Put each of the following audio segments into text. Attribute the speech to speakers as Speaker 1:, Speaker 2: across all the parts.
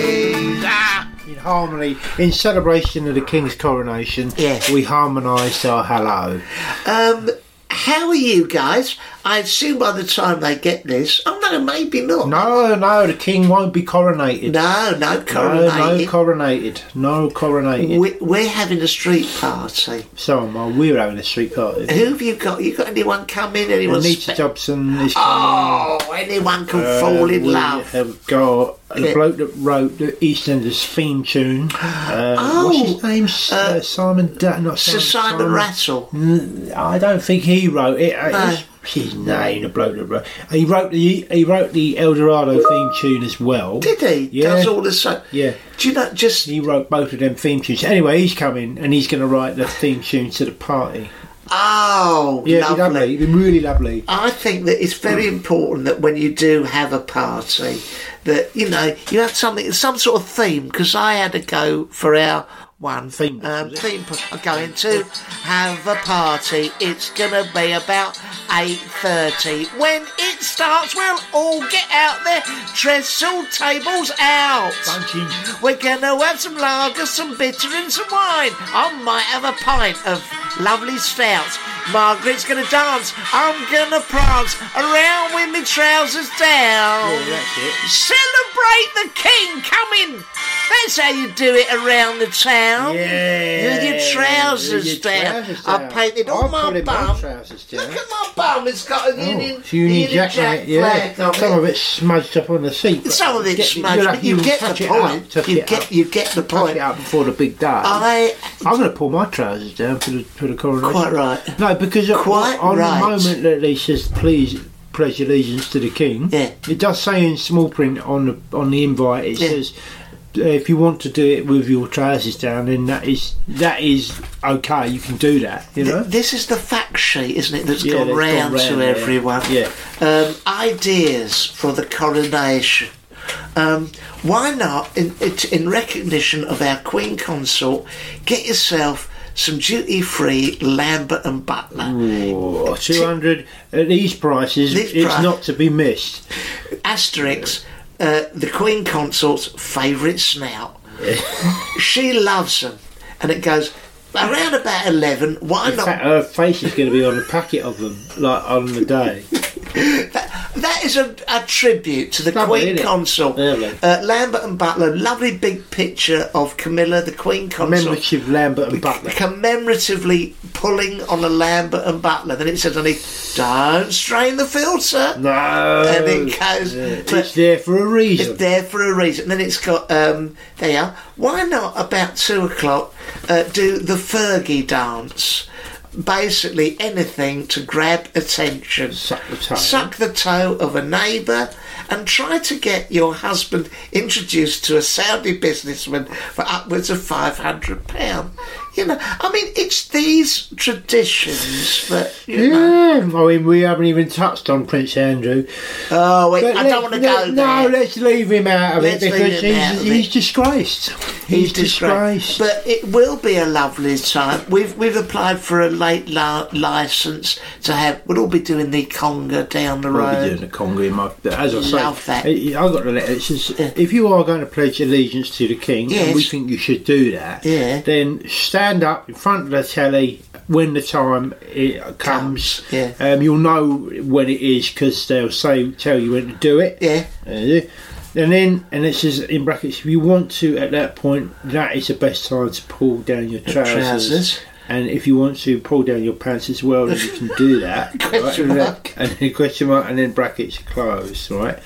Speaker 1: In harmony, in celebration of the King's coronation,
Speaker 2: Yes.
Speaker 1: we harmonised our hello.
Speaker 2: Um, how are you guys? I assume by the time they get this, oh no, maybe not.
Speaker 1: No, no, the King won't be coronated.
Speaker 2: no, no,
Speaker 1: No, no
Speaker 2: coronated.
Speaker 1: coronated. No coronated.
Speaker 2: we, we're having a street party.
Speaker 1: so am I. We're having a street party.
Speaker 2: Who have you got? You got anyone coming? Anyone?
Speaker 1: Anita
Speaker 2: spe-
Speaker 1: Jobson is
Speaker 2: oh, anyone can
Speaker 1: coming. Uh,
Speaker 2: fall in
Speaker 1: we
Speaker 2: love.
Speaker 1: have got the
Speaker 2: Yeah.
Speaker 1: bloke that wrote the EastEnders theme tune. Uh,
Speaker 2: Oh,
Speaker 1: what's his name? S- uh, Simon. Da- not
Speaker 2: Sir Simon, Rattle.
Speaker 1: Mm, I don't think he wrote it. Uh, it's- What's his name? The bloke that wrote. He wrote the he wrote the El Dorado theme tune as well.
Speaker 2: Did he?
Speaker 1: Yeah.
Speaker 2: Does all the same.
Speaker 1: Yeah.
Speaker 2: Do you know? Just
Speaker 1: He wrote both of them theme tunes. Anyway, he's coming and he's going to write the theme tune to the party.
Speaker 2: oh,
Speaker 1: Yeah, it'd be
Speaker 2: lovely.
Speaker 1: lovely. It'd be really lovely.
Speaker 2: I think that it's very important that when you do have a party, that you know you have something, some sort of theme. Because I had to go for our one
Speaker 1: Theme park,
Speaker 2: Um,
Speaker 1: was it?
Speaker 2: theme. park. I'm going to have a party. It's gonna be about eight thirty. When it starts, we'll all get out there, trestle tables out.
Speaker 1: Bunching.
Speaker 2: We're gonna have some lager, some bitter, and some wine. I might have a pint of lovely stout. Margaret's gonna dance. I'm gonna prance around with me trousers down.
Speaker 1: Yeah, that's it.
Speaker 2: Celebrate the king coming. That's how you do it around the town.
Speaker 1: Yeah.
Speaker 2: With your trousers,
Speaker 1: With your
Speaker 2: down.
Speaker 1: trousers
Speaker 2: I
Speaker 1: down.
Speaker 2: painted all
Speaker 1: I'll
Speaker 2: my
Speaker 1: put my
Speaker 2: bum.
Speaker 1: trousers down.
Speaker 2: Look at my bum. It's got a
Speaker 1: Oh,
Speaker 2: Union,
Speaker 1: it's Union Jack, mate, yeah.
Speaker 2: flag on
Speaker 1: Some
Speaker 2: it.
Speaker 1: of it's smudged up on the seat. but
Speaker 2: Some of
Speaker 1: you
Speaker 2: it's
Speaker 1: get-
Speaker 2: smudged,
Speaker 1: you'll have-
Speaker 2: but you
Speaker 1: you'll
Speaker 2: get
Speaker 1: touch
Speaker 2: the
Speaker 1: it up,
Speaker 2: point.
Speaker 1: touch
Speaker 2: You
Speaker 1: it
Speaker 2: get
Speaker 1: up.
Speaker 2: you get the
Speaker 1: Touch
Speaker 2: point.
Speaker 1: it up before the big day.
Speaker 2: I
Speaker 1: I'm going to pull my trousers down for the, for the coronation.
Speaker 2: Quite right.
Speaker 1: No, because at-
Speaker 2: Quite
Speaker 1: on
Speaker 2: right.
Speaker 1: the moment that he says, please pledge allegiance to the king,
Speaker 2: Yeah.
Speaker 1: it does say in small print on the, on the invite, it
Speaker 2: Yeah.
Speaker 1: says, uh, if you want to do it with your trousers down, then that is that is okay. You can do that, you know.
Speaker 2: Th- this is the fact sheet, isn't it, that's
Speaker 1: Yeah,
Speaker 2: gone
Speaker 1: that's gone
Speaker 2: round to
Speaker 1: round, yeah.
Speaker 2: everyone.
Speaker 1: Yeah.
Speaker 2: Um, ideas for the coronation. Um, why not, in, it, in recognition of our Queen Consort, get yourself some duty free Lambert and Butler.
Speaker 1: Or 200 at these prices,
Speaker 2: These
Speaker 1: it's
Speaker 2: pri-
Speaker 1: not to be missed.
Speaker 2: Asterix, uh, the Queen Consort's favourite snout. she loves them. And it goes, around about 11, why
Speaker 1: In
Speaker 2: not?
Speaker 1: fact, her face is going to be on a packet of them, like on the day.
Speaker 2: That is a, a tribute to the
Speaker 1: Lovely,
Speaker 2: Queen
Speaker 1: isn't it?
Speaker 2: Consort.
Speaker 1: Lovely.
Speaker 2: Uh, Lambert and Butler, lovely big picture of Camilla, the Queen Consort,
Speaker 1: Commemorative Lambert and Butler.
Speaker 2: commemoratively pulling on a Lambert and Butler. Then it says on it, don't strain the filter.
Speaker 1: No.
Speaker 2: And it goes,
Speaker 1: It's there for a reason.
Speaker 2: It's there for a reason. And then it's got, um, they are. Why not about two o'clock uh, do the Fergie dance? Basically, anything to grab attention.
Speaker 1: Suck the toe.
Speaker 2: Suck the toe of a neighbour and try to get your husband introduced to a Saudi businessman for upwards of £500. You know, I mean, it's these traditions that you know.
Speaker 1: Yeah, I mean, we haven't even touched on Prince Andrew.
Speaker 2: Oh wait,
Speaker 1: But
Speaker 2: I
Speaker 1: let-
Speaker 2: don't want to
Speaker 1: let-
Speaker 2: go
Speaker 1: No,
Speaker 2: there.
Speaker 1: let's leave him out of
Speaker 2: Let's
Speaker 1: it
Speaker 2: leave
Speaker 1: because
Speaker 2: him out
Speaker 1: he's,
Speaker 2: of
Speaker 1: he's
Speaker 2: it.
Speaker 1: disgraced. He's disgraced.
Speaker 2: But it will be a lovely time. We've we've applied for a late la- license to have. We'll all be doing the conga down the
Speaker 1: I'll be
Speaker 2: road.
Speaker 1: doing the Congo in my. As I say,
Speaker 2: Love that.
Speaker 1: I- I've got the letter. It says,
Speaker 2: Yeah.
Speaker 1: if you are going to pledge allegiance to the king, and we
Speaker 2: Yes.
Speaker 1: think you should do that,
Speaker 2: Yeah.
Speaker 1: then stand up in front of the telly when the time it comes.
Speaker 2: yeah.
Speaker 1: Um, you'll know when it is because they'll say tell you when to do it.
Speaker 2: Yeah.
Speaker 1: Uh, and then, and it says in brackets, if you want to, at that point, that is the best time to pull down your trousers.
Speaker 2: trousers.
Speaker 1: And if you want to pull down your pants as well, then you can do that.
Speaker 2: Question
Speaker 1: right?
Speaker 2: mark.
Speaker 1: And then question mark, and then brackets closed, right?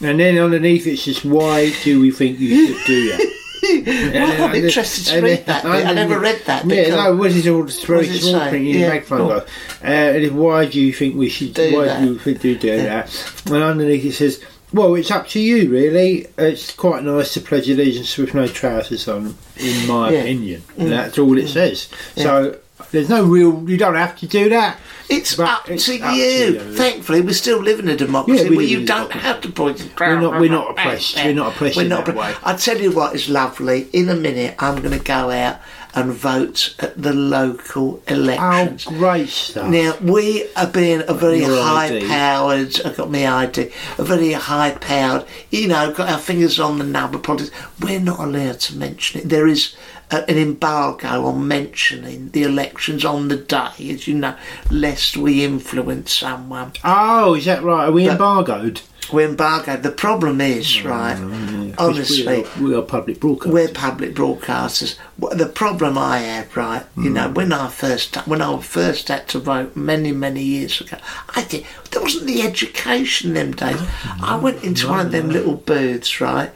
Speaker 1: And then underneath it says, why do we think you should do that? And then
Speaker 2: I'm
Speaker 1: under-
Speaker 2: interested to
Speaker 1: and
Speaker 2: read
Speaker 1: then
Speaker 2: that. bit. I
Speaker 1: underneath-
Speaker 2: never read that.
Speaker 1: Yeah,
Speaker 2: because-
Speaker 1: no, what is all this
Speaker 2: What
Speaker 1: very
Speaker 2: does it
Speaker 1: small
Speaker 2: say?
Speaker 1: print? You
Speaker 2: Yeah,
Speaker 1: make fun
Speaker 2: cool.
Speaker 1: of. us. Uh, and if- why do you think we should
Speaker 2: Do
Speaker 1: why
Speaker 2: that.
Speaker 1: do you think we do that? And underneath it says, well, it's up to you, really. It's quite nice to pledge allegiance with no trousers on, in my
Speaker 2: Yeah. Mm.
Speaker 1: opinion. And that's all it says. So there's no real. You don't have to do that.
Speaker 2: It's
Speaker 1: But
Speaker 2: up
Speaker 1: it's
Speaker 2: to
Speaker 1: up to
Speaker 2: you.
Speaker 1: you.
Speaker 2: Thankfully, we still live in a democracy
Speaker 1: Yeah, we
Speaker 2: where
Speaker 1: live in
Speaker 2: you
Speaker 1: a
Speaker 2: don't
Speaker 1: democracy.
Speaker 2: have to point. the
Speaker 1: We're not- we're not oppressed. We're not oppressed in that way.
Speaker 2: I tell you what is lovely. In a minute, I'm going to go out and vote at the local
Speaker 1: Oh,
Speaker 2: elections.
Speaker 1: great stuff.
Speaker 2: Now we are being a very
Speaker 1: Your ID.
Speaker 2: high-powered. I got my ID. A very high-powered. You know, got our fingers on the number. Politics. We're not allowed to mention it. There is a, an embargo on mentioning the elections on the day, as you know, lest we influence someone.
Speaker 1: oh, is that right? Are we
Speaker 2: But-
Speaker 1: embargoed?
Speaker 2: We're embargoed. The problem is, right?
Speaker 1: Mm.
Speaker 2: Honestly,
Speaker 1: we are, we are public broadcasters.
Speaker 2: we're public broadcasters. Wh- The problem I had, right? You know, when I first when I first had to vote many many years ago, I did. There wasn't the education them days. I went into one of them little booths, right,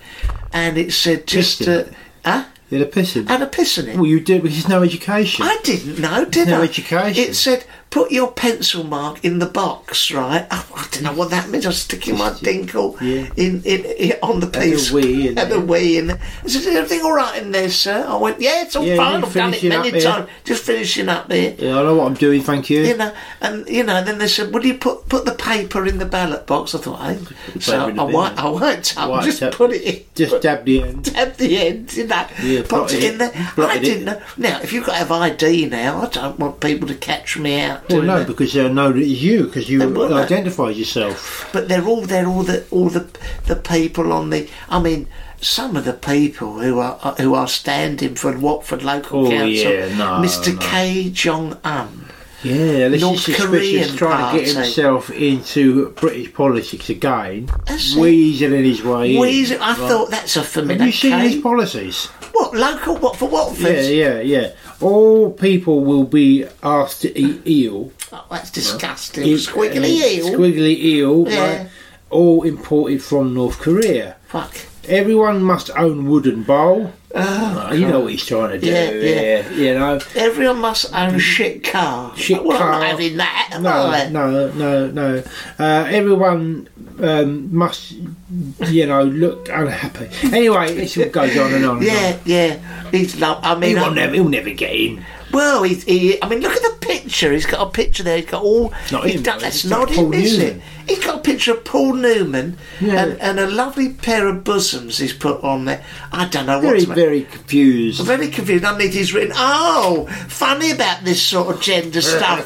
Speaker 2: and it said just
Speaker 1: Pissed in
Speaker 2: uh,
Speaker 1: it.
Speaker 2: huh?
Speaker 1: You're the pissing.
Speaker 2: had a piss in it.
Speaker 1: Well, you do because there's no education.
Speaker 2: I didn't know, did
Speaker 1: No
Speaker 2: I?
Speaker 1: education.
Speaker 2: It said, put your pencil mark in the box, right? Oh, I don't know what that means. I was sticking my dinkle
Speaker 1: Yeah.
Speaker 2: in, in, in- on the
Speaker 1: a
Speaker 2: piece.
Speaker 1: wee in
Speaker 2: Had a
Speaker 1: there.
Speaker 2: wee in there. I said, is everything all right in there, sir? I went, yeah, it's all
Speaker 1: Yeah,
Speaker 2: fine.
Speaker 1: you
Speaker 2: I've done it
Speaker 1: finishing
Speaker 2: many
Speaker 1: up here.
Speaker 2: times. Just finishing up here.
Speaker 1: Yeah, I know what I'm doing. Thank you.
Speaker 2: You know, and you know, then they said, "Would you put put the paper in the ballot box?" I thought, "Hey,
Speaker 1: the
Speaker 2: so
Speaker 1: paper
Speaker 2: I
Speaker 1: in the bin,
Speaker 2: won't,
Speaker 1: then.
Speaker 2: I won't. I'll
Speaker 1: Right,
Speaker 2: just
Speaker 1: so-
Speaker 2: put it in."
Speaker 1: Just dab the end.
Speaker 2: at the end, you know,
Speaker 1: Yeah,
Speaker 2: popped
Speaker 1: blotted
Speaker 2: it in
Speaker 1: it.
Speaker 2: there. I
Speaker 1: Blotted
Speaker 2: didn't
Speaker 1: it.
Speaker 2: know. Now, if you've got to have ID now, I don't want people to catch me out
Speaker 1: Well,
Speaker 2: doing
Speaker 1: no,
Speaker 2: that.
Speaker 1: because they'll know that it's you because you
Speaker 2: They will, no.
Speaker 1: identify yourself.
Speaker 2: But they're all they're all the all the the people on the. I mean, some of the people who are uh, who are standing for Watford local
Speaker 1: Oh,
Speaker 2: council,
Speaker 1: yeah, no,
Speaker 2: Mr.
Speaker 1: no.
Speaker 2: K. Jong Un.
Speaker 1: Yeah, this
Speaker 2: North
Speaker 1: is suspicious.
Speaker 2: Korean eh?
Speaker 1: trying to get
Speaker 2: party.
Speaker 1: himself into British politics again,
Speaker 2: That's it.
Speaker 1: weaseling his way in.
Speaker 2: Wheezy, I
Speaker 1: Right.
Speaker 2: thought that's a
Speaker 1: Have
Speaker 2: familiar
Speaker 1: you seen
Speaker 2: K.
Speaker 1: his policies?
Speaker 2: What local? What for Watford?
Speaker 1: Yeah, yeah, yeah. All people will be asked to eat eel.
Speaker 2: Oh, that's disgusting.
Speaker 1: Eat,
Speaker 2: Squiggly
Speaker 1: uh,
Speaker 2: eel.
Speaker 1: Squiggly eel.
Speaker 2: Yeah.
Speaker 1: Right, all imported from North Korea.
Speaker 2: Fuck.
Speaker 1: Everyone must own wooden bowl. Oh, you know what he's trying to do.
Speaker 2: Yeah, yeah.
Speaker 1: yeah, You know.
Speaker 2: Everyone must own shit car.
Speaker 1: Mm-hmm. Shit
Speaker 2: well, I'm
Speaker 1: car.
Speaker 2: not having that. am I?
Speaker 1: No, no, no, no. Uh, everyone um, must, you know, look unhappy. Anyway, this all goes on and on. And on.
Speaker 2: Yeah, yeah. He's love. I
Speaker 1: He
Speaker 2: mean,
Speaker 1: will
Speaker 2: I-
Speaker 1: never, he'll never get in.
Speaker 2: well, he's, he. I mean, look at the picture. He's got a picture there. He's got all.
Speaker 1: Not
Speaker 2: he's
Speaker 1: him,
Speaker 2: done-
Speaker 1: though.
Speaker 2: that's
Speaker 1: It's
Speaker 2: not him,
Speaker 1: Paul
Speaker 2: is it?
Speaker 1: Newman.
Speaker 2: He's got a picture of Paul Newman
Speaker 1: Yeah.
Speaker 2: and, and a lovely pair of bosoms he's put on there. I don't know what.
Speaker 1: Very,
Speaker 2: to make-
Speaker 1: very confused.
Speaker 2: Very confused. I need he's written. Oh, funny about this sort of gender stuff,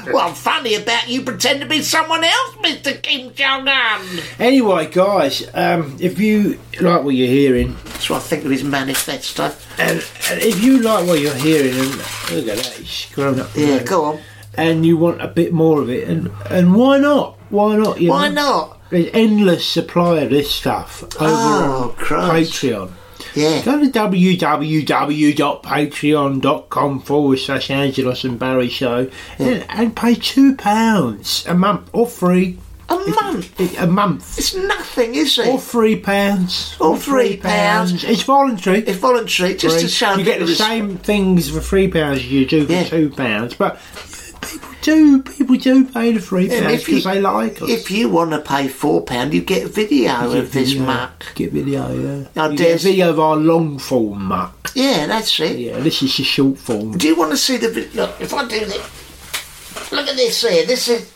Speaker 2: eh? Well, funny about you pretend to be someone else, Mister Kim Jong Un.
Speaker 1: Anyway, guys, um, if you like what you're hearing,
Speaker 2: That's what I think of his manifesto.
Speaker 1: and, and if you like what you're hearing, and look at that, he's grown up.
Speaker 2: Yeah, go on.
Speaker 1: And you want a bit more of it, and and why not? Why not? You
Speaker 2: Why
Speaker 1: know?
Speaker 2: not?
Speaker 1: There's endless supply of this stuff over
Speaker 2: Oh,
Speaker 1: on
Speaker 2: Christ.
Speaker 1: Patreon.
Speaker 2: Yeah.
Speaker 1: Go to www.patreon.com forward slash Angelos and Barry Show and, and pay £2 a month or free.
Speaker 2: A month.
Speaker 1: A month.
Speaker 2: It's nothing, is it?
Speaker 1: Or three pounds.
Speaker 2: Or three pounds.
Speaker 1: It's voluntary.
Speaker 2: It's voluntary, just
Speaker 1: Free.
Speaker 2: to show a
Speaker 1: you
Speaker 2: bit
Speaker 1: get
Speaker 2: of
Speaker 1: the
Speaker 2: respect.
Speaker 1: same things for three pounds as you do for
Speaker 2: Yeah.
Speaker 1: two pounds, but people do people do pay the three
Speaker 2: And
Speaker 1: pounds because they like us?
Speaker 2: if you want to pay four pound, you get video
Speaker 1: Get
Speaker 2: of this
Speaker 1: video,
Speaker 2: muck.
Speaker 1: Get video, yeah.
Speaker 2: Now,
Speaker 1: uh, You get
Speaker 2: there's-
Speaker 1: video of our long form muck.
Speaker 2: Yeah, that's it.
Speaker 1: Yeah, this is your short form.
Speaker 2: Do you want to see the vid- look? If I do this, look at this here. This is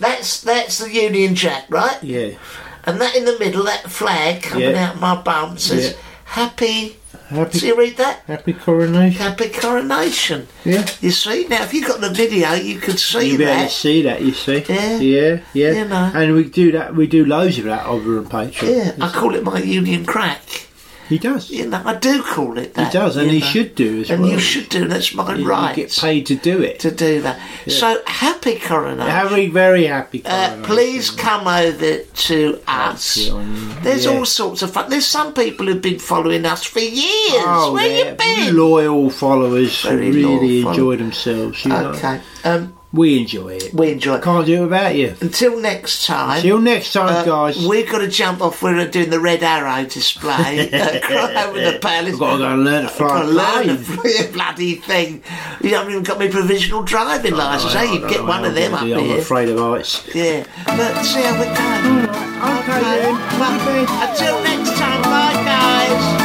Speaker 2: that's that's the Union Jack, right?
Speaker 1: Yeah.
Speaker 2: And that in the middle, that flag coming
Speaker 1: Yeah.
Speaker 2: out my bum says
Speaker 1: Yeah.
Speaker 2: "Happy."
Speaker 1: Happy
Speaker 2: So you read that?
Speaker 1: Happy coronation.
Speaker 2: Happy coronation.
Speaker 1: Yeah.
Speaker 2: You see now, if you got the video, you could see
Speaker 1: You be able to
Speaker 2: that.
Speaker 1: see that, you see.
Speaker 2: Yeah.
Speaker 1: Yeah, yeah.
Speaker 2: You know.
Speaker 1: And we do that we do loads of that over on Patreon.
Speaker 2: Yeah, I call it my Union crack.
Speaker 1: He does.
Speaker 2: You know, I do call it that.
Speaker 1: He does, and
Speaker 2: you
Speaker 1: he
Speaker 2: know.
Speaker 1: should do as
Speaker 2: And
Speaker 1: well.
Speaker 2: you should do. That's my
Speaker 1: You-
Speaker 2: right
Speaker 1: You get paid to do it.
Speaker 2: to do that. So happy coronation.
Speaker 1: Happy, very happy.
Speaker 2: Uh,
Speaker 1: coronation.
Speaker 2: please come over to us.
Speaker 1: it on-
Speaker 2: There's
Speaker 1: yeah.
Speaker 2: all sorts of fun. There's some people who've been following us for years.
Speaker 1: Oh,
Speaker 2: Where
Speaker 1: yeah.
Speaker 2: you been?
Speaker 1: Loyal followers who
Speaker 2: Very
Speaker 1: really
Speaker 2: loyal follow-
Speaker 1: enjoy themselves. You know.
Speaker 2: Okay. Um,
Speaker 1: We enjoy it.
Speaker 2: we enjoy.
Speaker 1: Can't do it without you.
Speaker 2: Until next time.
Speaker 1: Till next time,
Speaker 2: uh,
Speaker 1: guys.
Speaker 2: We've got to jump off. We're doing the red arrow display. uh, cry over the palace.
Speaker 1: I've got to go and learn to
Speaker 2: I've
Speaker 1: fly.
Speaker 2: got to learn
Speaker 1: a
Speaker 2: the
Speaker 1: plane.
Speaker 2: fl- bloody thing. You haven't even got my provisional driving
Speaker 1: Oh,
Speaker 2: licence. Hey, you get one of them up
Speaker 1: I'm
Speaker 2: here.
Speaker 1: afraid of heights.
Speaker 2: Yeah. But see how we're going.
Speaker 1: Okay, then.
Speaker 2: Well, until next time, bye, guys.